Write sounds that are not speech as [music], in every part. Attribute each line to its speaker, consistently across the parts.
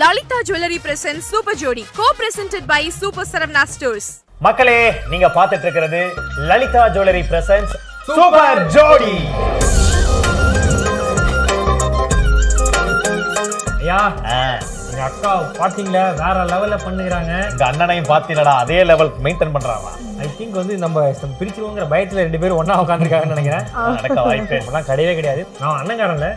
Speaker 1: Lalitha jewellery present super ஜோடி co presented by super Saravana stores
Speaker 2: மக்களே நீங்க பார்த்துட்டு இருக்கிறது Lalitha jewellery presents super Jodi
Speaker 3: ஐயா
Speaker 2: ஆ,
Speaker 3: எங்க அக்கா பாத்தீங்களா வேற லெவல்ல பண்ணுகிறாங்க
Speaker 2: இந்த அண்ணனையும் பார்த்தீங்களா அதே லெவல் மெயின்டைன் பண்றாங்க
Speaker 3: ஐ திங்க் வந்து நம்ம சம் பிரிச்சிருவோங்கிற பயத்துல ரெண்டு பேரும் ஒண்ணா உட்காந்துருக்காங்கன்னு நினைக்கிறேன்
Speaker 2: நடக்க வாய்ப்பே இல்லை.
Speaker 3: அப்படிலாம் கிடையவே கிடையாது நான் அண்ணன்காரன் இல்ல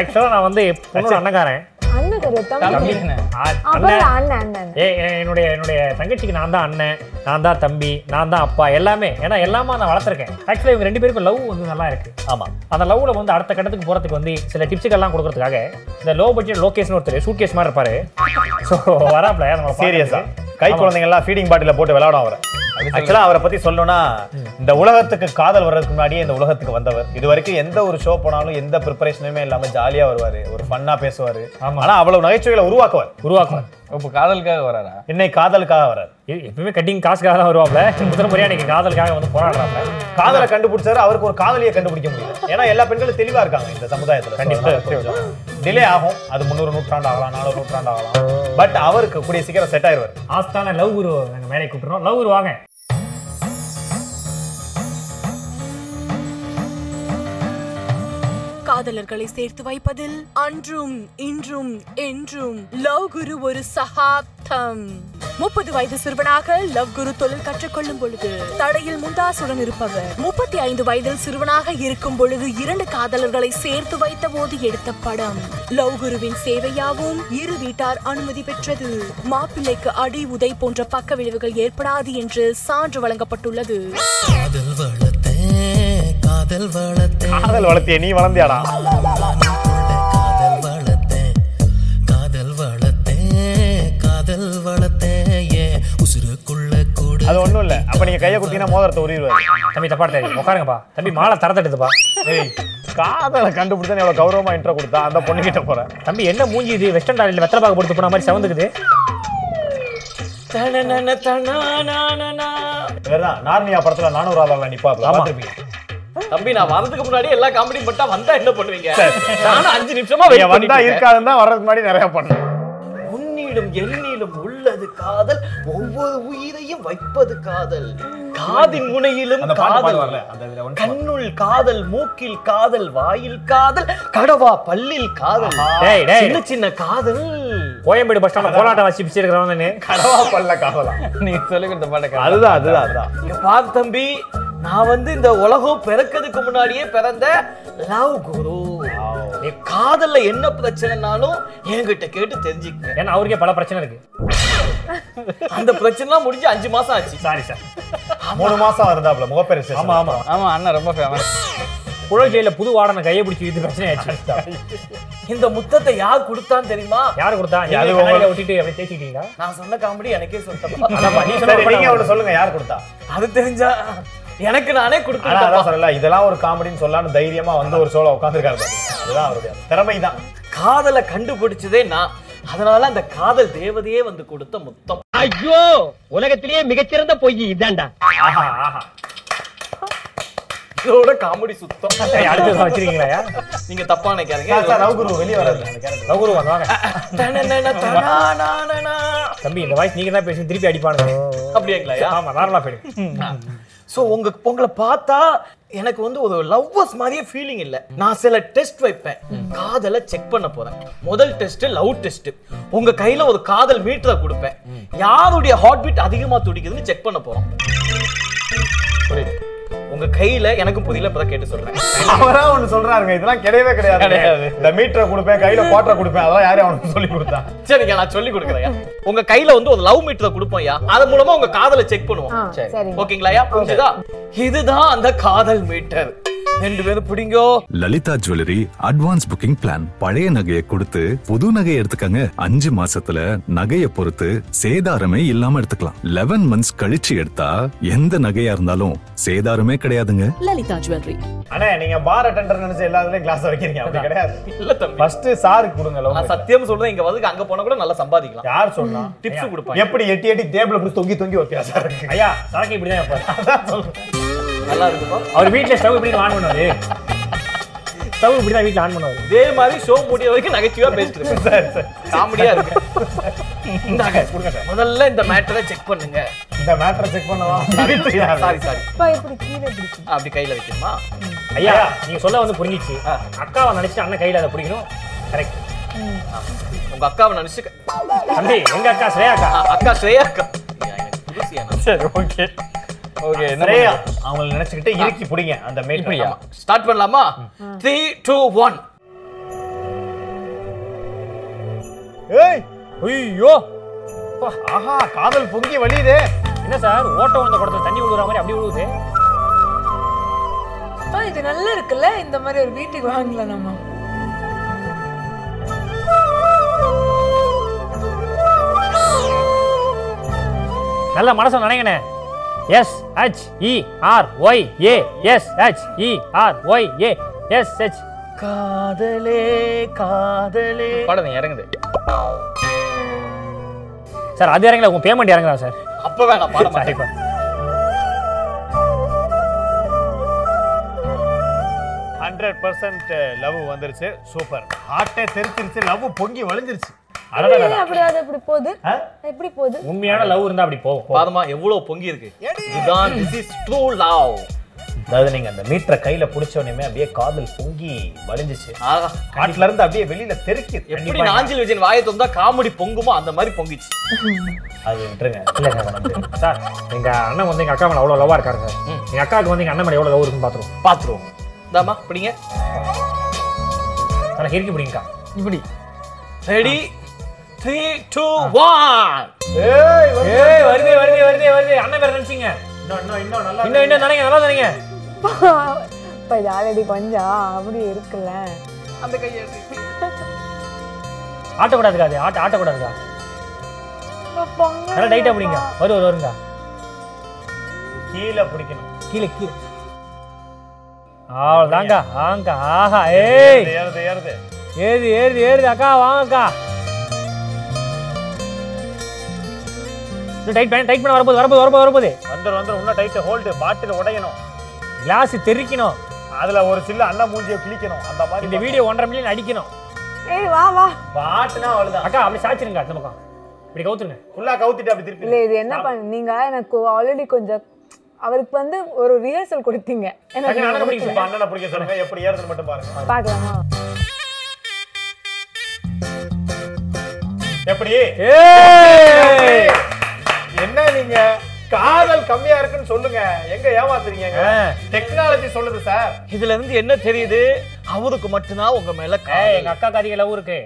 Speaker 3: ஆக்சுவலா நான் வந்து எப்~ பொண்ணோட அண்ணன்காரன்
Speaker 4: அண்ணன் தெரியும்
Speaker 3: தம்பி.
Speaker 4: தம்பி
Speaker 3: ஆ,
Speaker 4: அப்புறம்
Speaker 3: அண்ணன்
Speaker 4: அண்ணன் அண்ணன்
Speaker 3: ஏ ஏ, என்னுடைய என்னுடைய தங்கச்சிக்கு நான் தான் அண்ணன் நான் தான் தம்பி நான் தான் அப்பா எல்லாமே ஏன்னா எல்லாமே நான் வளர்த்துருக்கேன் ஆக்சுவலா இவங்க ரெண்டு பேருக்கும் லவ் வந்து நல்லா இருக்கு
Speaker 2: ஆமா
Speaker 3: அந்த லவ்ல வந்து அடுத்த கட்டத்துக்கு போறதுக்கு வந்து சில டிப்ஸுக்கெல்லாம் கொடுக்கறதுக்காக இந்த லோ பட்ஜெட் லோகேஷ்னு ஒருத்தர் சூட் கேஸ் மாதிரி இருப்பாரு ஸோ வராப்ல நம்ம
Speaker 2: சீரியஸா கை குழந்தைங்க எல்லாம் ஃபீடிங் பாட்டில போட்டு விளையாடும் அவரை ஆக்சுவலா அவரை பத்தி சொல்லணும்னா இந்த உலகத்துக்கு காதல் வர்றதுக்கு முன்னாடியே இந்த உலகத்துக்கு வந்தவர் இது வரைக்கும் எந்த ஒரு ஷோ போனாலும் எந்த ப்ரிப்பரேஷனுமே இல்லாம ஜாலியா வருவாரு ஒரு ஃபன்னா பேசுவாரு
Speaker 3: ஆமா.
Speaker 2: ஆனா அவ்வளவு நகைச்சுவைகளை உருவாக்குவார்
Speaker 3: உருவாக்குவார்
Speaker 5: இப்போ காதலுக்காக வராரா
Speaker 2: இன்னைக்கு காதலுக்காக வர்றாரு
Speaker 3: எ- எப்பவுமே கட்டிங் காசுக்காக தான் வருவாப்ல முதல் முறையா இன்னைக்கு காதலுக்காக வந்து போராடுறாப்ல
Speaker 2: காதலை கண்டுபிடிச்சாரு அவருக்கு ஒரு காதலியை கண்டுபிடிக்க முடியல ஏன்னா எல்லா பெண்களும் தெளிவா இருக்காங்க இந்த சமுதாயத்துல கண்டிப்பா டிலே ஆகும் அது முந்நூறு நூற்றாண்டு ஆகலாம் நானூறு நூற்றாண்டு ஆகலாம் பட் அவருக்கு கூடிய சீக்கிரம் செட் ஆயிடுவார்
Speaker 3: ஆஸ்தான லவ் குரு நாங்க மேலே கூப்பிடுறோம் லவ் குரு வாங்க
Speaker 6: காதலர்களை சேர்த்து வைப்பதில் அன்றும் இன்றும் என்றும் லவ் குரு ஒரு சகாப்தம் முப்பது வயது சிறுவனாக லவ் குரு தொழில் கற்றுக்கொள்ளும் பொழுது தடையில் முந்தாசுடன் இருப்பவர் முப்பத்தி ஐந்து வயதில் சிறுவனாக இருக்கும் பொழுது இரண்டு காதலர்களை சேர்த்து வைத்த போது எடுத்த படம் லவ் குருவின் சேவையாவும் இரு வீட்டார் அனுமதி பெற்றது மாப்பிள்ளைக்கு அடி உதை போன்ற பக்க விளைவுகள் ஏற்படாது என்று சான்று வழங்கப்பட்டுள்ளது
Speaker 7: காதல் வளர்த்தே காதல் வளர்த்தே
Speaker 2: காதல் வளர்த்திய நீ வளர்ந்தியாடா
Speaker 7: காதல் வளர்த்தே காதல் வளர்த்தே காதல் வளர்த்தே ஏ உசுருக்குள்ள கூட
Speaker 2: அது ஒண்ணும் இல்ல அப்ப நீங்க கையை குத்தினா மோதிரத்தை உருவாரு
Speaker 3: தம்பி தப்பா தெரியும் உட்காருங்கப்பா தம்பி மாலை தரத்தெடுத்துப்பா
Speaker 2: ஏய் காதலை கண்டுபிடிச்சா எவ்வளவு கௌரவமா இன்ட்ரோ கொடுத்தா அந்த பொண்ணுகிட்ட போறேன்
Speaker 3: தம்பி என்ன மூஞ்சி இது வெஸ்டர்ன் டாலியில் வெத்தலை பாக்கு போட்டு போன மாதிரி செவந்துக்குது தனனன தனானானா.
Speaker 2: வேறதான் நார்னியா படத்துல நானூறு ஆதாரம் நிப்பாப்ல
Speaker 3: ஆமா.
Speaker 2: பாத்திருப்பீங்க
Speaker 5: தம்பி நான் வரதுக்கு முன்னாடி எல்லா காமெடி பட்டா வந்தா என்ன பண்ணுவீங்க நானும் அஞ்சு நிமிஷமா
Speaker 2: நீங்க
Speaker 5: வெயிட்
Speaker 2: வந்தா
Speaker 5: பண்ணிட்டு இருக்கேன்.
Speaker 2: இருக்காதுன்னு தான் வர்றதுக்கு முன்னாடி நிறைய பண்ணேன்
Speaker 5: உன்னிலும் என்னிலும் உள்ளது காதல் ஒவ்வொரு உயிரையும் வைப்பது காதல் காதின் முனையிலும்
Speaker 2: அந்த பாட்டு
Speaker 5: காதல்
Speaker 2: பாடுவார்ல, அந்த இதுல ஒண்ணு
Speaker 5: கண்ணுள் காதல் மூக்கில் காதல் வாயில் காதல் கடவா பல்லில் காதல்
Speaker 3: டேய், டேய்.
Speaker 5: சின்ன சின்ன காதல்
Speaker 3: கோயம்பேடு பஸ் ஸ்டாண்ட்ல கோலாட்டம் வச்சு பிச்சிருக்கிறவனு
Speaker 2: கடவா பல்ல காதலா
Speaker 5: நீ சொல்லுகிட்ட பாட்டை
Speaker 2: அதுதான் அதுதான் அதுதான்
Speaker 5: இங்க பாரு தம்பி நான் வந்து இந்த உலகம் பிறக்கிறதுக்கு முன்னாடியே பிறந்த லவ் குரு நீ காதல்ல என்ன பிரச்சனைனாலும் என்கிட்ட கேட்டு தெரிஞ்சுக்க
Speaker 3: ஏன்னா அவருக்கே பல பிரச்சனை இருக்கு
Speaker 5: அந்த பிரச்சனைலாம் முடிஞ்சு அஞ்சு மாசம் ஆச்சு
Speaker 3: சாரி சார்
Speaker 2: மூணு மாசம் இருந்தாப்ல முகப்பேர்
Speaker 3: ஆமா ஆமா
Speaker 5: ஆமா அண்ணா ரொம்ப ஃபேமஸ்
Speaker 3: புழல் ஜெயில புது வாடனை கையை பிடிச்சி இது பிரச்சனை ஆயிடுச்சு
Speaker 5: இந்த முத்தத்தை யார் கொடுத்தான்னு தெரியுமா
Speaker 3: யாரு கொடுத்தா
Speaker 2: அது
Speaker 3: யாரு
Speaker 2: உங்க-
Speaker 3: கண்ணாடியில ஒட்டிட்டு அப்படியே தேய்ச்சிக்கிட்டீங்களா
Speaker 5: நான் சொன்ன காமெடி எனக்கே சொன்னேன்
Speaker 3: அதான்ப்பா, நீ சொன்ன
Speaker 2: சரி
Speaker 3: படம்
Speaker 2: நீங்க அவரு சொல்லுங்க யார் கொடுத்தா
Speaker 5: அது தெரிஞ்சா எனக்கு நானே
Speaker 2: ஆனா
Speaker 5: கொடுத்தேன்
Speaker 2: அதான் சொல்லல இதெல்லாம் ஒரு காமெடின்னு சொல்லலாம்னு தைரியமா வந்து ஒரு சோல உட்காந்துருக்காரு அதுதான் அவருடைய திறமைதான்
Speaker 5: காதலை கண்டுபிடிச்சதே நான் அதனால அந்த காதல் தேவதையே வந்து கொடுத்த முத்தம்
Speaker 8: ஐயோ உலகத்திலேயே மிகச்சிறந்த பொய் இதாண்டா
Speaker 3: ஆஹா ஆஹா
Speaker 5: இதோட காமெடி சுத்தம்
Speaker 3: ஏய், அடுத்தது வச்சிருக்கீங்களா
Speaker 5: நீங்க தப்பா நினைக்காதீங்க
Speaker 2: சார் சார் ரவுகுரு வெளியே வராது அந்த character.
Speaker 3: ரகுரு வாங்க வாங்க
Speaker 5: தனனன தனானானனா.
Speaker 3: தம்பி இந்த வாய்ஸ் நீங்க தான் பேசுங்க திருப்பி அடிப்பானுங்க
Speaker 5: அப்படியாங்களாயா
Speaker 3: ஆமா நார்மலா போயிடுங்க
Speaker 5: சோ உங்க உங்களை பார்த்தா எனக்கு வந்து ஒரு லவ்வர்ஸ் மாதிரியே ஃபீலிங் இல்ல நான் சில டெஸ்ட் வைப்பேன் காதலை செக் பண்ண போறேன் முதல் டெஸ்ட் லவ் டெஸ்ட் உங்க கையில ஒரு காதல் மீட்டரை கொடுப்பேன் யாருடைய ஹார்ட் பீட் அதிகமா துடிக்குதுன்னு செக் பண்ண போறோம் புரியுது உங்க கையில எனக்கும் புரியல இப்பதான் கேட்டு சொல்றேன்
Speaker 2: அவரா ஒண்ணு சொல்றாருங்க இதெல்லாம் கிடையவே கிடையாது இந்த மீட்டரை கொடுப்பேன் கையில குவாட்டரை கொடுப்பேன் அதெல்லாம் யாரும் அவனுக்கு சொல்லி கொடுத்தா
Speaker 5: சரிங்க நான் சொல்லி கொடுக்குறேன் உங்க கையில வந்து ஒரு லவ் மீட்டரை கொடுப்போம்யா அது மூலமா உங்க காதலை செக்
Speaker 4: ஆ,
Speaker 5: பண்ணுவோம்
Speaker 4: சரி
Speaker 5: ஓகேங்களாயா புரிஞ்சுதா இதுதான் அந்த காதல் மீட்டர் ரெண்டு பேரும் பிடிங்கோ
Speaker 9: Lalitha jewellery advance booking plan பழைய நகையை கொடுத்து புது நகையை எடுத்துக்கங்க அஞ்சு மாசத்துல நகையை பொறுத்து சேதாரமே இல்லாம எடுத்துக்கலாம் லெவன் மந்த்ஸ் கழிச்சு எடுத்தா எந்த நகையா இருந்தாலும் சேதாரமே கிடையாதுங்க
Speaker 6: லலிதா ஜுவல்லரி
Speaker 2: அண்ணே நீங்க பார் அட்டெண்டர் நினைச்சு எல்லா இதுலயும் கிளாஸ் வைக்கிறீங்க அப்படி கிடையாது
Speaker 5: இல்ல தம்பி
Speaker 2: ஃபர்ஸ்ட் சாருக்கு கொடுங்க love
Speaker 5: நான்
Speaker 2: letter.
Speaker 5: சத்தியம் சொல்றேன் இங்க வந்து அங்க போனா கூட நல்லா சம்பாதிக்கலாம்
Speaker 2: யார் சொன்னா
Speaker 5: டிப்ஸ்
Speaker 2: ஐயா,
Speaker 5: கொடுப்பாங்க.
Speaker 2: எப்படி எட்டி எட்டி டேபிள் அப்படி தொங்கி தொங்கி வைப்பியா சார்
Speaker 3: ஐயா சரக்கு இப்படிதான் வைப்பாரு.
Speaker 5: நல்லா இருக்குமா
Speaker 3: அவர் வீட்டுல ஸ்டவ் இப்படி ஆன் பண்ணுவாரு ஸ்டவ் இப்படி தான் வீட்டில் ஆன் பண்ணுவாரு
Speaker 5: இதே மாதிரி ஷோ முடிய வரைக்கும் நகைச்சுவையா பேசிட்டு இருக்கேன் சார் காமெடியா இருக்கு இந்தாங்க,
Speaker 2: கொடுங்க சார்.
Speaker 5: முதல்ல இந்த மேட்டரை செக் பண்ணுங்க
Speaker 2: இந்த மேட்டரை செக்
Speaker 3: [laughs]
Speaker 2: பண்ணவா [laughs]
Speaker 5: சாரி சாரி
Speaker 4: அப்பா இப்படி கீழே பிடிக்கும்
Speaker 5: அப்படி கையில வைக்கணுமா
Speaker 3: ஐயா நீங்க சொல்ல வந்து புரிஞ்சிச்சு
Speaker 5: ஆ.
Speaker 3: அக்காவை நினைச்சிட்டு அண்ணன் கையில அதை பிடிக்கணும்
Speaker 2: [laughs]
Speaker 3: கரெக்ட்
Speaker 5: உங்க அக்காவை நினைச்சு
Speaker 3: தம்பி எங்க அக்கா ஸ்ரேயா அக்கா
Speaker 5: அ- அக்கா ஸ்ரேயா அக்கா ஐயா, எனக்கு புதுசியா நான்.
Speaker 2: சரி ஓகே
Speaker 5: ஓகே என்ன
Speaker 2: நிறையா அவங்கள நினைச்சுக்கிட்டே இறுக்கி பிடிங்க அந்த மேட்ரியா
Speaker 5: ஸ்டார்ட் பண்ணலாமா த்ரீ டூ ஒன்
Speaker 2: ஏய்
Speaker 3: ஐயோ
Speaker 2: ஆஹா காதல் பொங்கி வழியுதே
Speaker 3: என்ன சார் ஓட்டம் வந்த குடத்துல தண்ணி விழுற மாதிரி அப்படி விழுவுது
Speaker 4: அப்பா இது நல்லா இருக்குல்ல இந்த மாதிரி ஒரு வீட்டுக்கு வாங்கலாம் நம்ம
Speaker 3: நல்ல மனசு நினைங்கண்ணே S H E R Y A S H E R Y A S H
Speaker 5: காதலே காதலே படம் இறங்குது
Speaker 3: சார் அது இறங்கல உங்க பேமெண்ட் இறங்குதா சார்
Speaker 5: அப்ப வேணாம் பாட
Speaker 3: சாரி
Speaker 5: மாட்டேன்
Speaker 2: ஹண்ட்ரட் பர்சன்ட் லவ் வந்துருச்சு சூப்பர் ஹார்ட்டே தெரிச்சிருச்சு லவ் பொங்கி வழிஞ்சிருச்சு
Speaker 4: ஏன் அப்படி அது இப்படி போகுது எப்படி போகுது
Speaker 3: உண்மையான லவ் இருந்தா அப்படி போகும்
Speaker 5: பாதமா எவ்வளவு பொங்கி இருக்கு இதுதான் திஸ் இஸ் ட்ரூ லவ்
Speaker 2: அதாவது நீங்க அந்த மீட்டரை கையில புடிச்சோடனே அப்படியே காதல் பொங்கி வழிஞ்சிச்சு
Speaker 5: ஆஹா
Speaker 2: காட்டுல இருந்து அப்படியே வெளியில தெரிக்கி
Speaker 5: எப்படி நாஞ்சில் விஜயன் வாயை தொந்தா காமெடி பொங்குமோ அந்த மாதிரி பொங்கிச்சு
Speaker 2: அது விட்டுருங்க
Speaker 3: சார் எங்க அண்ணன் வந்து எங்க அக்கா மேல அவ்வளவு லவ்வா இருக்காரு சார் எங்க அக்காவுக்கு வந்து எங்க அண்ணன் மேல எவ்வளவு லவ் இருக்குன்னு பாத்துருவோம்
Speaker 5: பாத்துருவோம் இந்தாமா பிடிங்க
Speaker 3: சார் ஹெரிக்கு பிடிங்கக்கா
Speaker 5: இப்படி ரெடி த்ரீ டூ ஒன்
Speaker 3: ஏய் வருதே வருதே வருதே வருதே அண்ணன் பேர் நினைச்சிங்க இன்னும் இன்னும் நினைங்க நல்லா நினைங்க
Speaker 4: இப்ப இது ஆல்ரெடி கொஞ்சம் அப்படி இருக்குல்ல
Speaker 3: ஆட்டக்கூடாதுக்கா அது ஆட்ட ஆட்டக்கூடாதுக்கா
Speaker 4: இப்ப பொங்கல்
Speaker 3: நல்லா டைட்டா பிடிங்க வரு வரு வருங்க
Speaker 2: கீழே பிடிக்கணும்
Speaker 3: கீழே கீழே அவ்வளோ தாங்க ஆங்கா ஆஹா ஏய்
Speaker 2: ஏறுது ஏறுது
Speaker 3: ஏறு ஏறு ஏறு அக்கா வாங்கக்கா இன்னும் டைட் பண்ண டைட் பண்ண வரப்போது வரப்போது வரப்போது வரப்போது
Speaker 2: வந்துரும் வந்துரும் இன்னும் டைட்டு ஹோல்டு பாட்டில் உடையணும்
Speaker 3: கிளாஸ் தெரிக்கணும்
Speaker 2: அதுல ஒரு சில்ல அண்ணன் மூஞ்சியை கிழிக்கணும் அந்த மாதிரி
Speaker 3: இந்த வீடியோ ஒன்றரை மில்லியன் அடிக்கணும்
Speaker 4: ஏய் வா வா
Speaker 2: பாட்டுனா அவ்வளவுதான்
Speaker 3: அக்கா அப்படி சாய்ச்சிருங்க அந்த பக்கம் இப்படி கவுத்துருங்க
Speaker 2: ஃபுல்லா கவுத்திட்டு அப்படி
Speaker 4: இல்ல
Speaker 2: திருப்பி
Speaker 4: இது என்ன பண்ணு நீங்க எனக்கு ஆல்ரெடி கொஞ்சம் அவருக்கு வந்து ஒரு ரிஹர்சல் கொடுத்தீங்க எனக்கு
Speaker 3: அண்ணனை பிடிங்க
Speaker 2: இப்ப அண்ணனை பிடிக்க சொல்லுங்க எப்படி ஏறுதுன்னு மட்டும் பாருங்க
Speaker 4: பார்க்கலாமா
Speaker 2: எப்படி
Speaker 3: ஏய்
Speaker 2: என்ன நீங்க காதல் கம்மியா இருக்குன்னு சொல்லுங்க எங்க ஏமாத்துறீங்க டெக்னாலஜி சொல்லுது சார்
Speaker 5: இதுல இருந்து என்ன தெரியுது அவருக்கு மட்டும்தான் உங்க மேல
Speaker 3: ஏய்,
Speaker 5: காதல்.
Speaker 3: எங்க அக்கா கதிகள் லவ் இருக்கு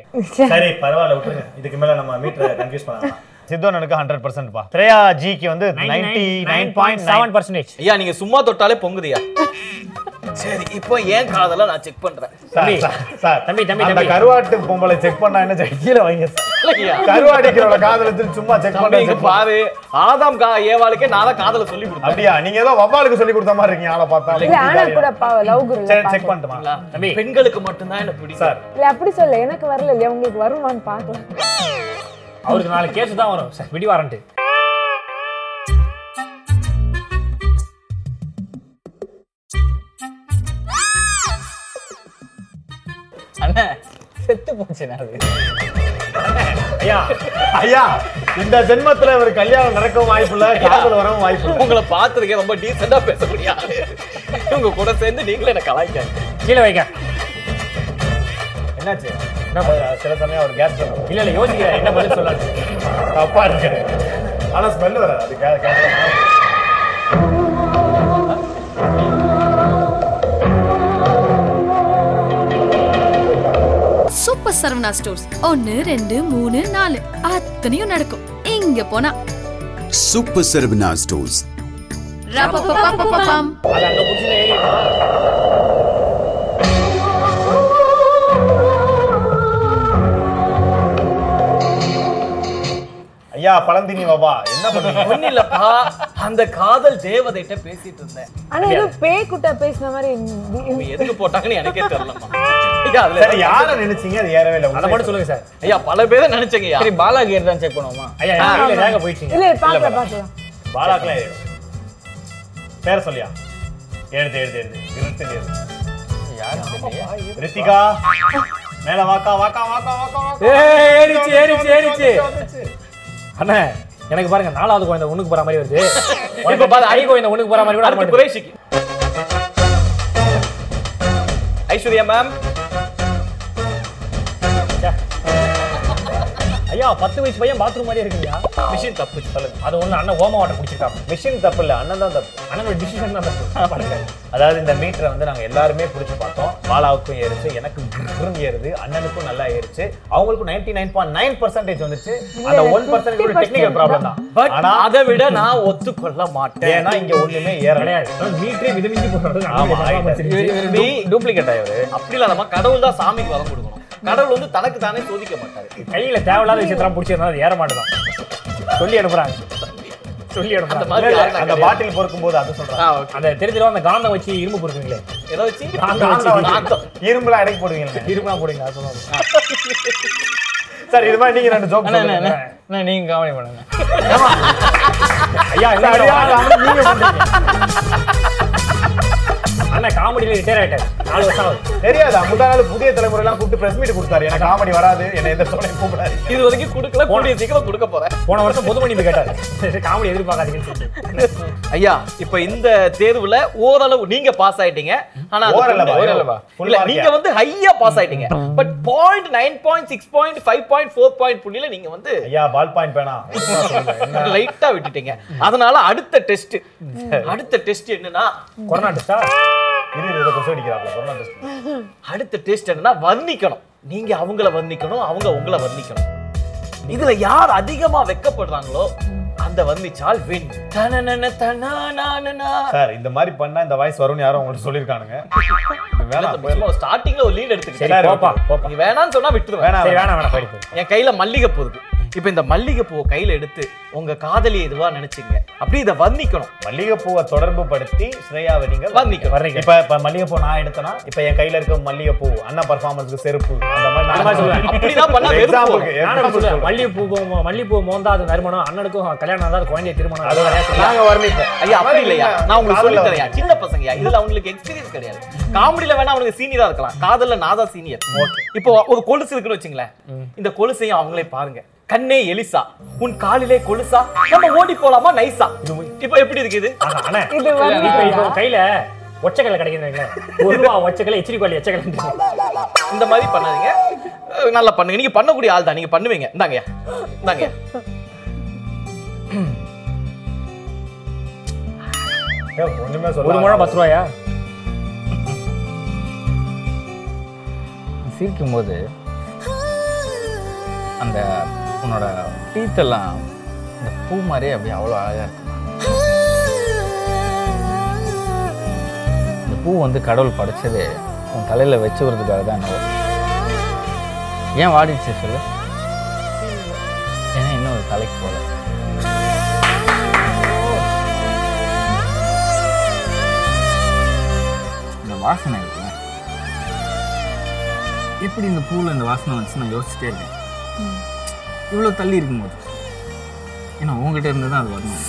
Speaker 2: சரி பரவாயில்ல விட்டுருங்க இதுக்கு மேல நம்ம மீட்டர் கன்ஃபியூஸ் பண்ணலாம் சித்தோனனுக்கு ஹண்ட்ரட் பர்சன்ட் பா திரேயா ஜிக்கு வந்து நைன்டி நைன் பாயிண்ட் செவன்
Speaker 3: 99.7%.
Speaker 5: ஐயா நீங்க சும்மா தொட்டாலே பொங்குதியா சரி இப்போ ஏன் காதல நான் செக் பண்றேன்
Speaker 3: தம்பி,
Speaker 2: சார்
Speaker 3: தம்பி, தம்பி,
Speaker 2: அந்த
Speaker 3: தம்பி.
Speaker 2: கருவாட்டு பொம்பளை செக் பண்ணா என்ன செய்ய? கீழே வைங்க சார்
Speaker 5: இல்லையா?
Speaker 2: கருவாடிக்கிறோட காதலத்து சும்மா செக்
Speaker 5: தம்பி, இங்க
Speaker 2: பண்ணி
Speaker 5: பாரு ஆதாம் கா ஏவாளுக்கே நான் தான் காதல சொல்லி கொடுத்தேன்
Speaker 2: அப்படியா நீங்க ஏதோ வவ்வாலுக்கு சொல்லி கொடுத்த மாதிரி இருக்கீங்க ஆளை
Speaker 4: இல்ல ஆனா கூட
Speaker 2: பார்த்தா
Speaker 4: அப்பா லவ் குரு
Speaker 2: சரி செக் பண்ணட்டுமா
Speaker 5: தம்பி, பெண்களுக்கு மட்டும்தான் என்ன பிடிக்கும்
Speaker 2: சார்
Speaker 4: இல்ல அப்படி சொல்ல எனக்கு வரல இல்லையா உங்களுக்கு வருமான்னு பார்க்கலாம்
Speaker 3: அவருக்கு நாலு கேஸ் தான் வரும் சார் விடி வாரண்ட்
Speaker 5: அண்ணே செத்து போச்சு நான் அது.
Speaker 3: ஐயா
Speaker 2: ஐயா இந்த ஜென்மத்துல ஒரு கல்யாணம் நடக்கவும் வாய்ப்பு இல்ல காதல் வரவும் வாய்ப்பு இல்ல
Speaker 5: உங்களை பார்த்ததுக்கே ரொம்ப டீசெண்டா பேச முடியாது உங்க கூட சேர்ந்து நீங்களும் என்ன கலாய்க்காங்க
Speaker 3: கீழே வைக்க
Speaker 2: என்னாச்சு அது சில சமயம் அவர் கேஸ் பண்ணுவோம்
Speaker 3: இல்ல இல்ல யோசிக்கிறேன் என்ன பதில் சொல்லாது
Speaker 2: தப்பா இருக்கு ஆனா ஸ்மெல் வராது அது gas- gas வராது.
Speaker 10: சூப்பர் சரவணா ஸ்டோர்ஸ் ஒன்னு ரெண்டு மூணு நாலு அத்தனையும் நடக்கும் இங்க போனா
Speaker 9: சூப்பர் சரவணா ஸ்டோர்ஸ்
Speaker 10: ரபபபபபபம்.
Speaker 3: அது அங்க புடிச்சு ஏறி
Speaker 2: ஐயா பழந்தினி வவா என்ன பண்ணுவீங்க
Speaker 5: ஒண்ணு இல்லப்பா அந்த காதல் தேவதைகிட்ட பேசிட்டு இருந்தேன்
Speaker 4: ஆனா ஏதோ பேய் குட்டா பேசின மாதிரி இருந்து-
Speaker 5: அவங்க எதுக்கு போட்டாங்கன்னு எனக்கே தெரியலம்மா ஐயா அதுல
Speaker 2: சரி யார நினைச்சீங்க அது ஏறவே இல்ல
Speaker 3: அதை மட்டும் சொல்லுங்க சார்
Speaker 5: ஐயா பல பேரை நினைச்சங்க சரி பாலாகிர் தான் செக் பண்ணுவோமா
Speaker 3: ஐயா இல்ல ரேக போயிட்டீங்க
Speaker 4: இல்ல பார்க்கலாம் பார்க்கலாம்
Speaker 2: பாலாக்கலாம் ஏறு. பேர சொல்லியா எழுது எழுது எழுது இருட்டு எழுது ரித்திகா மேல வாக்கா வாக்கா வாக்கா வாக்கா வாக்கா
Speaker 3: ஏய், ஏறிச்சு, ஏறிச்சு, ஏறிச்சு. அண்ணே எனக்கு பாருங்க நாலாவது குழந்தை ஒண்ணுக்கு போற மாதிரி வருது உனக்கு பாரு அடி குழந்தை ஒண்ணுக்கு போற மாதிரி கூட வர
Speaker 5: அடுத்து
Speaker 3: மாட்டேங்குது.
Speaker 5: குறைஷிக்கு ஐஸ்வர்யா மேம்
Speaker 3: ஐயா பத்து வயசு பையன் பாத்ரூம் மாதிரி இருக்குங்கயா
Speaker 5: மிஷின் தப்பு சொல்லுங்க
Speaker 3: அது ஒண்ணு அண்ணன் ஓம வாட்டர் குடிச்சிருக்காங்க
Speaker 2: மிஷின் தப்பு இல்ல அண்ணன் தான் தப்பு
Speaker 3: அண்ணனோட டிசிஷன் தான் தப்பு. பாருங்க.
Speaker 2: அதாவது இந்த மீட்டரை வந்து நாங்க எல்லாருமே பிடிச்சி பார்த்தோம் பாலாவுக்கும் ஏறுச்சு எனக்கு கிருன்னு ஏறுது அண்ணனுக்கும் நல்லா ஏறுச்சு அவங்களுக்கும் ninety nine point nine percentage வந்துச்சு அந்த ஒன் பர்சன்டேஜ் ஒரு டெக்னிக்கல் ப்ராப்ளம் தான்
Speaker 5: பட்
Speaker 2: ஆனா
Speaker 5: அதை விட நான் ஒத்துக்கொள்ள மாட்டேன்
Speaker 2: ஏன்னா இங்க ஒண்ணுமே ஏறல
Speaker 3: கிடையாது மீட்டரே மிதமிஞ்சி போறது
Speaker 2: ஆமா,
Speaker 5: டூப்ளிகேட் ஆயிரு அப்படி இல்ல நம்ம கடவுள் தான் சாமிக்கு வரம் கொடுக்கணும் கடவுள் வந்து தனக்கு தானே சோதிக்க மாட்டாரு
Speaker 3: கையில தேவையில்லாத விஷயத்தெல்லாம் பிடிச்சிருந்தா அது ஏற மாட்டேதான் சொல்லி அனுப்புறாங்க சொல்லி
Speaker 5: அந்த
Speaker 3: அனுப்புறாங்க
Speaker 5: மாதிரி யாரும் நான்
Speaker 2: அந்த
Speaker 5: கிடையாது.
Speaker 2: பாட்டில் பொறுக்கும் போது அது சொல்றாங்க
Speaker 5: ஆ, okay.
Speaker 3: அந்த தெரிஞ்சிடும் அந்த காந்தம் வச்சு இரும்பு பொறுக்குங்களே
Speaker 5: ஏதோ வச்சு
Speaker 3: காந்தம்
Speaker 2: இரும்புலாம் அடைக்க போடுவீங்க
Speaker 3: இரும்பா போடுங்க நான் சொல்லுவாங்க
Speaker 2: சார் இது மாதிரி நீங்க ரெண்டு ஜோக்
Speaker 3: நீங்க கவனி பண்ணுங்க ஐயா இல்ல,
Speaker 2: சரி, ஆ,
Speaker 3: இல்ல, வாங்க. [laughs] அண்ணா காமெடியில ரிட்டையர் ஆயிட்டாரு நாலு வருஷம் ஆகுது
Speaker 2: தெரியாது முந்தா நாள் புதிய தலைமுறை எல்லாம் கூப்பிட்டு பிரஸ் மீட் கொடுத்தாரு எனக்கு காமெடி வராது என்ன எந்த சோழையும் கூப்பிடாது
Speaker 5: இது வரைக்கும் கொடுக்கல கூடிய சீக்கிரம் கொடுக்க போறேன்
Speaker 3: போன வருஷம் பொதுமணி போய் கேட்டாரு [laughs] காமெடி எதிர்பார்க்காதீங்கன்னு சொல்லிட்டு
Speaker 5: ஐயா இப்ப இந்த தேர்வுல ஓரளவு நீங்க பாஸ் ஆயிட்டீங்க ஆனா அது
Speaker 2: ஓரளவா?
Speaker 5: பொண்ணு ஓரளவா?
Speaker 2: Full
Speaker 5: இல்ல
Speaker 2: mark
Speaker 5: நீங்க
Speaker 2: யா?
Speaker 5: வந்து ஹையா பாஸ் ஆயிட்டீங்க but point nine point six point five point four point புள்ளியில நீங்க வந்து
Speaker 2: ஐயா பால் பாயிண்ட் பேனா
Speaker 5: லைட்டா விட்டுட்டீங்க அதனால அடுத்த டெஸ்ட் அடுத்த டெஸ்ட் என்னன்னா
Speaker 3: கொரோனா டெஸ்டா
Speaker 2: இரு இரு, இதை கொசு அடிக்கிறாப்ல கொரோனா test.
Speaker 5: அடுத்த டெஸ்ட் என்னன்னா வர்ணிக்கணும் நீங்க அவங்கள வர்ணிக்கணும் அவங்க உங்களை வர்ணிக்கணும் இதுல யார் அதிகமா வெக்கப்படுறாங்களோ அந்த வர்ணிச்சால் வின் தனனன தனானானனா.
Speaker 2: சார் இந்த மாதிரி பண்ணா இந்த வாய்ஸ் வரும்னு யாரும் உங்களுக்கு சொல்லியிருக்கானுங்க வேணாம் போயிடலாம்.
Speaker 5: சும்மா ஸ்டார்டிங்ல ஒரு லீட்
Speaker 3: சரி
Speaker 5: எடுத்துக்கிட்டேன்
Speaker 3: போப்பா போப்பா
Speaker 5: நீ வேணாம்னு சொன்னா விட்டுருவேன்
Speaker 2: வேணாம்
Speaker 3: சரி
Speaker 2: வேணாம்
Speaker 3: வேணாம் வேணாம் படிப்பு
Speaker 5: என் கையில மல்லிகைப்பூ இருக்கு இப்ப இந்த மல்லிகைப்பூவை கையில எடுத்து உங்க காதலியை இதுவா நினைச்சீங்க அப்படியே இதை வர்ணிக்கணும்
Speaker 2: மல்லிகைப்பூவை தொடர்பு படுத்தி ஸ்ரேயாவை நீங்க
Speaker 5: வர்ணிக்கணும்
Speaker 3: வர்றீங்க
Speaker 2: இப்ப இப்ப மல்லிகைப்பூ நான் எடுத்தேனா இப்ப என் கையில இருக்க மல்லிகைப்பூ அண்ணா பர்ஃபார்மன்ஸ்க்கு செருப்பு அந்த
Speaker 3: அந்த
Speaker 2: மாதிரி
Speaker 3: மாதிரி சொல்லுவேன்.
Speaker 5: அப்படிதான் பண்ணா வெறுப்பு வரும்.
Speaker 2: எக்ஸாம்பிளுக்கு
Speaker 3: நானும் சொல்லுவேன் மல்லிகைப்பூ மோ- மல்லிகைப்பூ மோந்தா அது நறுமணம் அண்ணனுக்கும் கல்யாணம் ஆகாத குழந்தைய திருமணம் அது நிறையா சொல்லுவேன்.
Speaker 2: நாங்க வர்ணிப்போம்
Speaker 5: ஐயா அப்படி இல்லையா நான் உங்களுக்கு சொல்லி
Speaker 2: காதல்ல
Speaker 5: தரையா சின்ன பசங்கயா இதுல அவங்களுக்கு எக்ஸ்பீரியன்ஸ் கிடையாது காமெடியில வேணா அவனுக்கு சீனியரா இருக்கலாம் காதல்ல நாதா சீனியர் இப்போ ஒரு கொலுசு இருக்குன்னு வச்சுங்களேன் இந்த கொலுசையும் அவங்களே பாருங்க கண்ணே எலிசா உன் காலிலே கொலுசா நம்ம ஓடி போலாமா நைசா இப்போ எப்படி இருக்குது
Speaker 3: ஆனா, அண்ணே,
Speaker 4: இது வந்து
Speaker 3: இப்ப இப்போ கையில ஒச்சக்கல்ல கிடைக்குதுங்களே ஒரு ரூபா ஒச்சக்கல்ல எச்சிரி கோழி எச்சக்கல்ல
Speaker 5: இந்த மாதிரி பண்ணாதீங்க அஹ் நல்லா பண்ணுங்க நீங்க பண்ணக்கூடிய ஆள் தான் நீங்க பண்ணுவீங்க இந்தாங்கய்யா இந்தாங்கய்யா
Speaker 2: ஏய், ஒண்ணுமே சொல்ல
Speaker 3: ஒரு முழம் பத்து ரூபாயா
Speaker 11: சிரிக்கும் போது அந்த உன்னோட டீத்தெல்லாம் இந்த பூ மாதிரியே அப்படியே அவ்வளோ அழகாக இருக்கு இந்த பூ வந்து கடவுள் படைச்சதே உன் தலையில் வச்சு விடுறதுக்காக தான் என்னவோ ஏன் வாடிடுச்சு சொல்லு ஏன்னா இன்னும் ஒரு தலைக்கு போகல இந்த வாசனை இருக்குல்ல எப்படி இந்த பூவில் இந்த வாசனை வந்துச்சு நான் யோசிச்சிட்டே இருக்கேன் இவ்வளோ தள்ளி இருக்கும்போது ஏன்னா உங்ககிட்ட இருந்து தான் அது வரணும்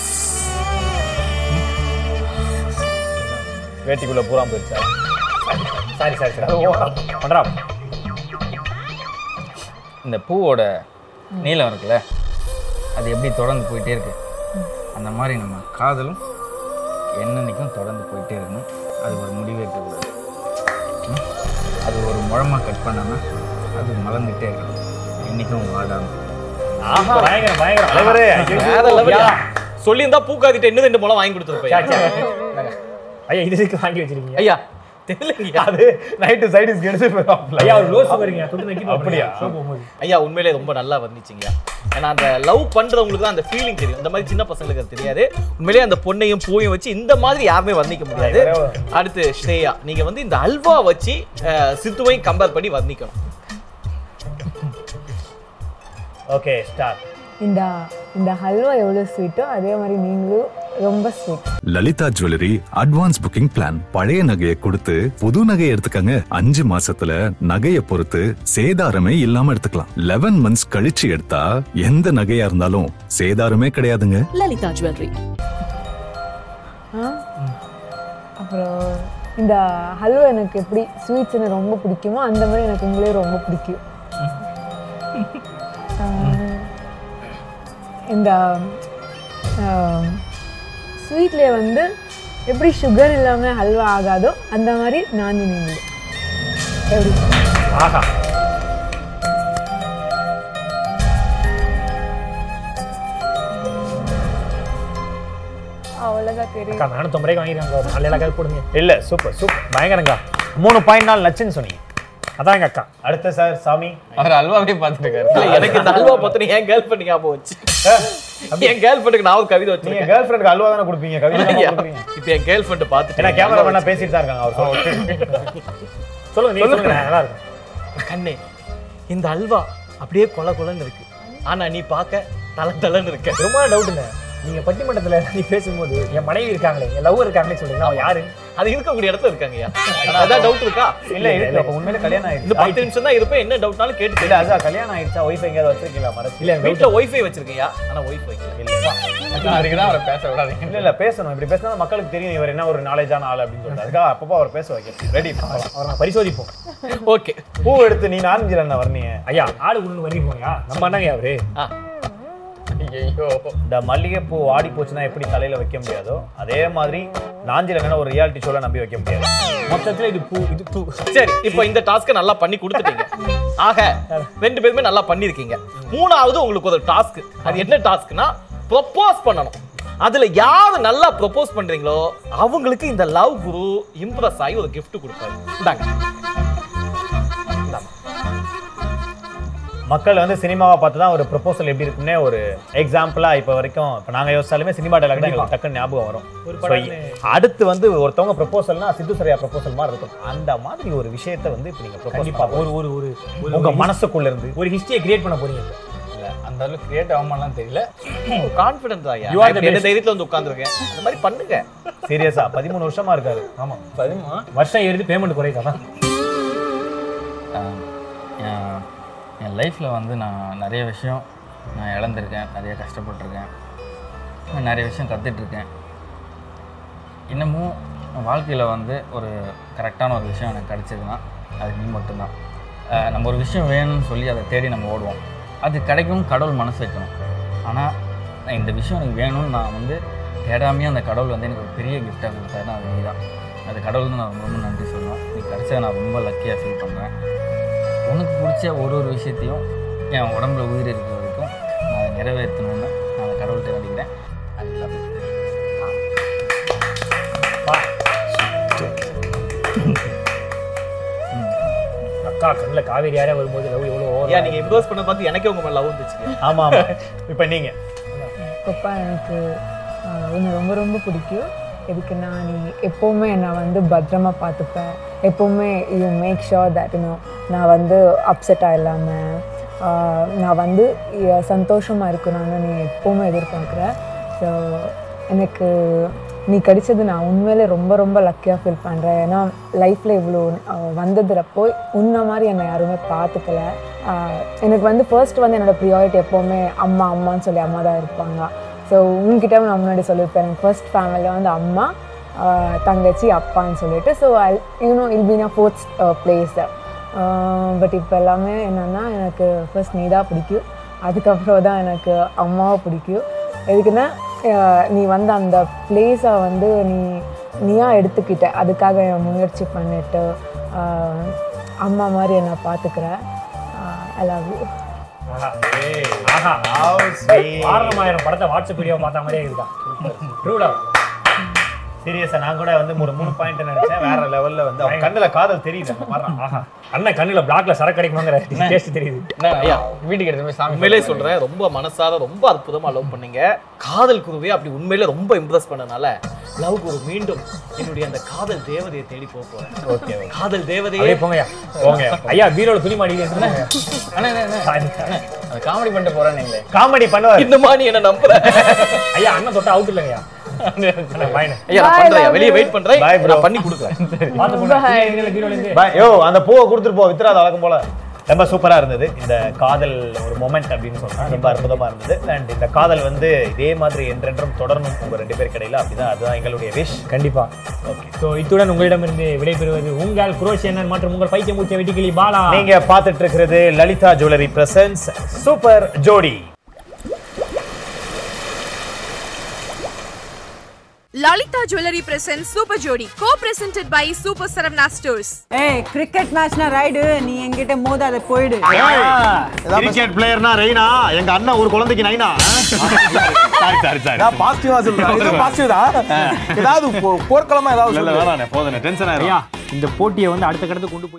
Speaker 2: வேட்டிக்குள்ள பூரா போயிருச்சா
Speaker 3: சாரி சாரி சாரி பண்றா
Speaker 11: இந்த பூவோட நீளம் இருக்குல்ல அது எப்படி தொடர்ந்து போயிட்டே இருக்கு அந்த மாதிரி நம்ம காதலும் என்னன்னைக்கும் தொடர்ந்து போயிட்டே இருக்கணும் அது ஒரு முடிவே இருக்கக்கூடாது ம்? அது ஒரு முழமா கட் பண்ணாம அது மலர்ந்துட்டே இருக்கணும் என்றைக்கும் வாடாமல்
Speaker 3: பயங்கர பயங்கர
Speaker 2: தலைவரே
Speaker 5: வேற level யா. சொல்லியிருந்தா பூக்காதிட்ட இன்னும் ரெண்டு மூலம் வாங்கி கொடுத்துருப்பேன்
Speaker 3: ஐயா இது எதுக்கு வாங்கி வச்சிருக்கீங்க
Speaker 5: ஐயா தெரியலங்கய்யா
Speaker 2: அது நைட்டு சைடிஸ் கெடுத்து போயிடும்
Speaker 3: ஐயா ஒரு ரோஸ் வருங்க தொட்டு நக்கி
Speaker 2: அப்படியா?
Speaker 3: show போகும்போது
Speaker 5: ஐயா உண்மையிலே ரொம்ப நல்லா வந்துச்சுங்க ஏன்னா அந்த லவ் பண்றவங்களுக்கு தான் அந்த ஃபீலிங் தெரியும் இந்த மாதிரி சின்ன பசங்களுக்கு அது தெரியாது உண்மையிலேயே அந்த பொண்ணையும் பூவையும் வச்சு இந்த மாதிரி யாருமே வர்ணிக்க முடியாது அடுத்து ஸ்ரேயா நீங்க வந்து இந்த அல்வா வச்சு அஹ், சித்துவையும் கம்பேர் பண்ணி வர்ணிக்கணும்
Speaker 2: ஓகே ஸ்டார்ட்
Speaker 4: இந்த இந்த ஹல்வா எவ்வளவு ஸ்வீட்டோ அதே மாதிரி நீங்களும் ரொம்ப sweet
Speaker 9: Lalitha jewellery advance booking plan பழைய நகையை கொடுத்து புது நகையை எடுத்துக்கங்க அஞ்சு மாசத்துல நகையை பொறுத்து சேதாரமே இல்லாம எடுத்துக்கலாம் லெவன் மந்த்ஸ் கழிச்சு எடுத்தா எந்த நகையா இருந்தாலும் சேதாரமே கிடையாதுங்க
Speaker 4: அப்புறம் இந்த ஹல்வா எனக்கு எப்படி ஸ்வீட்ஸ்னு ரொம்ப பிடிக்குமோ அந்த மாதிரி எனக்கு உங்களே ரொம்ப பிடிக்கும் ஆஹ், இந்த ஸ்வீட்லேயே வந்து எப்படி சுகர் இல்லாமல் ஹல்வா ஆகாதோ அந்த மாதிரி நான் நீங்கள் எப்படி
Speaker 3: ஆஹா
Speaker 4: அவ்வளோதான் தெரியும்
Speaker 3: அக்கா நானும் தொம்பரைக்கு வாங்கிருக்காங்க ஒரு நாலு ஏழாக்காவது போடுங்க
Speaker 2: இல்ல சூப்பர் சூப்பர்
Speaker 3: பயங்கரங்கா
Speaker 2: மூணு பாயிண்ட் நாள் நச்சுன்னு சொன்னீங்க
Speaker 3: அதான் எங்க அக்கா
Speaker 2: அடுத்த சார் சாமி
Speaker 11: அவர் அல்வாவே பார்த்துட்டு இருக்காரு
Speaker 5: எனக்கு இந்த அல்வா பத்தின என் கேர்ள் ஃப்ரெண்ட் ஞாபகம் வச்சு என் கேர்ள் ஃப்ரெண்டுக்கு நான் ஒரு கவிதை வச்சு
Speaker 2: நீங்க கேர்ள் ஃப்ரெண்டுக்கு அல்வா தானே கொடுப்பீங்க கவிதை தானே கொடுக்குறீங்க.
Speaker 5: இப்போ என் கேர்ள் ஃப்ரெண்ட் பார்த்துட்டு
Speaker 2: ஏன்னா கேமரா வேணா பேசிட்டு தான் இருக்காங்க அவர் சொல்லுங்க.
Speaker 3: சொல்லுங்க நீங்க சொல்லுங்க நல்லா இருக்கும்
Speaker 5: கண்ணே இந்த அல்வா அப்படியே கொல கொலன்னு இருக்கு ஆனா நீ பார்க்க தல தலன்னு இருக்க
Speaker 3: ரொம்ப டவுட்டுங்க நீங்க பட்டிமன்றத்துல நீ பேசும்போது என் மனைவி இருக்காங்களே என் லவ்வர் இருக்காங்களே சொல்றீங்க அவன் யாரு
Speaker 5: அது இருக்கக்கூடிய இடத்துல இருக்காங்கய்யா அதான் டவுட் இருக்கா
Speaker 2: இல்ல இருக்கு அப்ப உண்மையிலே கல்யாணம்
Speaker 5: இந்த
Speaker 2: ஆயிடுச்சு
Speaker 5: பத்து நிமிஷம் தான் இருப்பேன் என்ன டவுட்னாலும் கேட்டு
Speaker 2: இல்ல அதான் கல்யாணம் ஆயிடுச்சா ஒய்ஃபை எங்கேயாவது வச்சிருக்கீங்களா மறைச்சு
Speaker 3: இல்ல
Speaker 5: வீட்டுல ஒய்ஃபை வச்சிருக்கேயா ஆனா ஒய்ஃபை
Speaker 11: அதுக்கு தான் அவரை பேச விடாதீங்க
Speaker 2: இல்ல இல்ல பேசணும் இப்படி பேசினா மக்களுக்கு தெரியும் இவர் என்ன ஒரு நாலேஜான ஆள் அப்படின்னு சொல்லிட்டு அதுக்காக அப்பப்போ அவர் பேச வைக்க ரெடி
Speaker 3: அவரை நான் பரிசோதிப்போம்
Speaker 5: ஓகே
Speaker 2: பூ எடுத்து நீ நான்கு என்ன வர்ணீங்க
Speaker 3: ஐயா ஆடு ஒண்ணு வரைக்கும் நம்ம என்னங்க அவரு
Speaker 11: ஐயோ
Speaker 2: இந்த மல்லிகைப்பூ ஆடி போச்சுன்னா எப்படி தலையில வைக்க முடியாதோ அதே மாதிரி நாஞ்சிலங்கன்னா ஒரு ரியாலிட்டி ஷோல நம்பி வைக்க முடியாது
Speaker 3: மொத்தத்துல இது பூ இது பூ
Speaker 5: சரி இப்போ இந்த டாஸ்க்கை நல்லா பண்ணி கொடுத்துட்டீங்க ஆக ரெண்டு பேருமே நல்லா பண்ணியிருக்கீங்க மூணாவது உங்களுக்கு ஒரு டாஸ்க் அது என்ன டாஸ்க்னா ப்ரொப்போஸ் பண்ணணும் அதுல யார் நல்லா ப்ரொப்போஸ் பண்றீங்களோ அவங்களுக்கு இந்த லவ் குரு இம்ப்ரெஸ் ஆகி ஒரு gift கொடுப்பாரு இந்தாங்க
Speaker 2: மக்கள் வந்து சினிமாவை பார்த்து தான் ஒரு ப்ரொபோசல் எப்படி இருக்கும்னே ஒரு எக்ஸாம்பிளா இப்போ வரைக்கும் இப்போ நாங்க யோசிச்சாலுமே சினிமா டைலாக் தான் எங்களுக்கு டக்குன்னு ஞாபகம் வரும் So, அடுத்து வந்து ஒருத்தவங்க ப்ரொபோசல்னா சித்து சரியா ப்ரொபோசல் மாதிரி இருக்கும் அந்த மாதிரி ஒரு விஷயத்தை வந்து இப்போ நீங்க
Speaker 3: கண்டிப்பா
Speaker 2: ப்ரொபோஸ்
Speaker 3: ஒரு ஒரு ஒரு ஒரு-
Speaker 2: உங்க மனசுக்குள்ள இருந்து
Speaker 3: ஒரு ஹிஸ்டரியை கிரியேட் பண்ண போறீங்க இப்ப.
Speaker 11: இல்ல அந்த அளவுக்கு கிரியேட் ஆகுமாலாம் தெரியல
Speaker 5: கான்ஃபிடன்ஸ் ஐயா
Speaker 3: Hmm. You are the
Speaker 5: என்ன
Speaker 3: best.
Speaker 5: தைரியத்துல வந்து உட்கார்ந்துருக்கேன் அந்த மாதிரி பண்ணுங்க
Speaker 2: சீரியஸா பதிமூணு வருஷமா இருக்காரு
Speaker 11: ஆமா பதிமா
Speaker 3: வருஷம் ஏறுது பேமெண்ட் குறையுதாதான்
Speaker 11: ஆஹ் என் என் லைஃப்பில் வந்து நான் நிறைய விஷயம் நான் இழந்திருக்கேன் நிறைய கஷ்டப்பட்டிருக்கேன் நான் நிறைய விஷயம் கற்றுட்ருக்கேன் இன்னமும் என் வாழ்க்கையில் வந்து ஒரு கரெக்டான ஒரு விஷயம் எனக்கு கிடச்சதுன்னா அது நீ மட்டும்தான் ஆஹ் நம்ம ஒரு விஷயம் வேணும்னு சொல்லி அதை தேடி நம்ம ஓடுவோம் அது கிடைக்கும் கடவுள் மனசு வைக்கணும் ஆனால் நான் இந்த விஷயம் எனக்கு வேணும்னு நான் வந்து தேடாமையே அந்த கடவுள் வந்து எனக்கு ஒரு பெரிய கிஃப்டாக கொடுத்தாருன்னா அது நீ தான் அது கடவுளுக்கு நான் ரொம்ப ரொம்ப நன்றி சொல்லுவேன் நீ கிடச்சதை நான் ரொம்ப லக்கியாக ஃபீல் பண்ணுறேன் உனக்கு பிடிச்ச ஒரு ஒரு விஷயத்தையும் என் உடம்புல உயிர் இருக்கிற வரைக்கும் நான் அதை நிறைவேற்றணும்னு நான் அதை கடவுள்கிட்ட வேண்டிக்கிறேன் I love you.
Speaker 3: அக்கா கண்ணுல காவேரி யாரே வரும்போது லவ் எவ்வளோ
Speaker 5: ஐயா
Speaker 3: ஓவர்
Speaker 5: நீங்க இம்ப்ரெஸ் பண்ண பார்த்து எனக்கே உங்க மேல லவ் வந்துச்சு
Speaker 2: ஆமா ஆமா இப்போ நீங்க
Speaker 4: கொப்பா எனக்கு ஆஹ், உன்னை ரொம்ப ரொம்ப பிடிக்கும் எதுக்குன்னா நீ எப்போவுமே நான் வந்து பத்திரமா பார்த்துப்பேன் எப்போவுமே you make sure that you know நான் வந்து அப்செட்டாக இல்லாமல் நான் வந்து இ- சந்தோஷமா இருக்கணும்னு நீ எப்போவுமே எதிர்பார்க்குற ஸோ எனக்கு நீ கிடைச்சது நான் உண்மையிலே ரொம்ப ரொம்ப லக்கியாக ஃபீல் பண்ணுறேன் ஏன்னா லைஃப்பில் இவ்வளோ வந்ததுறப்போ உன்ன மாதிரி என்னை யாருமே பார்த்துக்கல ஆஹ் எனக்கு வந்து ஃபர்ஸ்ட் வந்து என்னோடய ப்ரியாரிட்டி எப்போவுமே அம்மா அம்மான்னு சொல்லி அம்மா தான் இருப்பாங்க ஸோ உங்ககிட்ட நான் முன்னாடி சொல்லியிருப்பேன் எனக்கு ஃபர்ஸ்ட் ஃபேமிலியில் வந்து அம்மா ஆஹ் தங்கச்சி அப்பான்னு சொல்லிட்டு so I you know I'll been a fourth place but இப்போ எல்லாமே என்னென்னா எனக்கு ஃபர்ஸ்ட் நீ தான் பிடிக்கும் அதுக்கப்புறம் தான் எனக்கு அம்மாவை பிடிக்கும் எதுக்குன்னா ஆஹ் நீ வந்து அந்த பிளேஸை வந்து நீ நீயா எடுத்துக்கிட்ட அதுக்காக நான் முயற்சி பண்ணிட்டு ஆஹ் அம்மா மாதிரி என்னை பார்த்துக்கிற ஐ லவ் யூ
Speaker 3: ஆஹா ஆறாயிரம் ஆயிரம் படத்தை வாட்ஸ்அப் வீடியோ பார்த்த மாதிரியே இருக்கா ட்ரூடா
Speaker 2: சீரியஸா நான் கூட வந்து ஒரு மூணு பாயிண்ட் நினைச்சேன் வேற லெவல்ல வந்து அவங்க கண்ணுல காதல் தெரியுது அங்க பாடுறான்
Speaker 3: ஆஹா அண்ணன் கண்ணுல பிளாக்ல சரக்கு கிடைக்கணுங்கிற டேஸ்ட் தெரியுது
Speaker 11: என்ன ஐயா வீட்டுக்கு எடுத்து போய் சாமி
Speaker 5: உண்மையிலே சொல்றேன் ரொம்ப மனசார ரொம்ப அற்புதமா லவ் பண்ணீங்க காதல் குருவே அப்படி உண்மையிலே ரொம்ப இம்ப்ரெஸ் பண்ணனால லவ் குரு மீண்டும் என்னுடைய அந்த காதல் தேவதையை தேடி போக போறேன்
Speaker 2: ஓகே ஓகே
Speaker 5: காதல் தேவதையே
Speaker 3: அப்படியே போங்கய்யா போங்க ஐயா பீரோல துணி மாடி
Speaker 11: அண்ணா அண்ணா, அண்ணா அது காமெடி பண்ணிட்டு போகிறேன் நீங்களே
Speaker 2: காமெடி பண்ணுவாரு
Speaker 5: இந்த மாதிரி என்ன நம்புற
Speaker 3: ஐயா அண்ணன் தொட்டா அவுட் இல்லைங்கய்யா அண்ணா, bye அண்ணா.
Speaker 5: ஐயா
Speaker 4: Bye,
Speaker 5: நான் பண்றேன் ஐயா.
Speaker 4: love
Speaker 5: வெளியே
Speaker 4: you.
Speaker 5: வெயிட் பண்றேன்
Speaker 2: Bye, bro.
Speaker 5: நான் பண்ணி கொடுக்குறேன்
Speaker 3: பார்த்து போங்க. துணி எங்கெல்லாம் பீரோல இருந்து
Speaker 2: பா- யோ அந்த பூவை கொடுத்துட்டு போ வித்துறாத வழக்கம் போல ரொம்ப சூப்பரா இருந்தது இந்த காதல் ஒரு மொமெண்ட் அப்படின்னு சொன்னா ரொம்ப அற்புதமா இருந்தது அண்ட் இந்த காதல் வந்து இதே மாதிரி என்றென்றும் தொடரணும் உங்க ரெண்டு பேர் கடையில அப்படிதான் அதுதான் எங்களுடைய விஷ்
Speaker 3: கண்டிப்பா
Speaker 2: ஓகே
Speaker 3: ஸோ இத்துடன் உங்களிடமிருந்து விடைபெறுவது உங்கள் குரோஷியன் மற்றும் உங்கள் பைத்தியம் மூச்ச வெட்டிக்கிளி பாலா
Speaker 2: நீங்க பார்த்துட்டு இருக்கிறது Lalitha jewellery presents super Jodi
Speaker 1: Lalitha jewellery present super ஜோடி co presented by super Saravana stores
Speaker 12: ஏய் கிரிக்கெட் மேட்ச்னா ரைடு நீ என்கிட்ட மோதாத போயிடு
Speaker 2: கிரிக்கெட் பிளேயர்னா ரெய்னா எங்க அண்ணன் ஒரு குழந்தைக்கு நைனா சாரி சாரி சாரி
Speaker 13: பாசிட்டிவா சொல்றேன் இது பாசிட்டிவ் தான் ஏதாவது போ- போர்க்களமா ஏதாவது சொல்லு.
Speaker 2: போதும் டென்ஷன்
Speaker 3: ஐயா, இந்த போட்டியை வந்து அடுத்த கடத்துக்கு கொண்டு போய்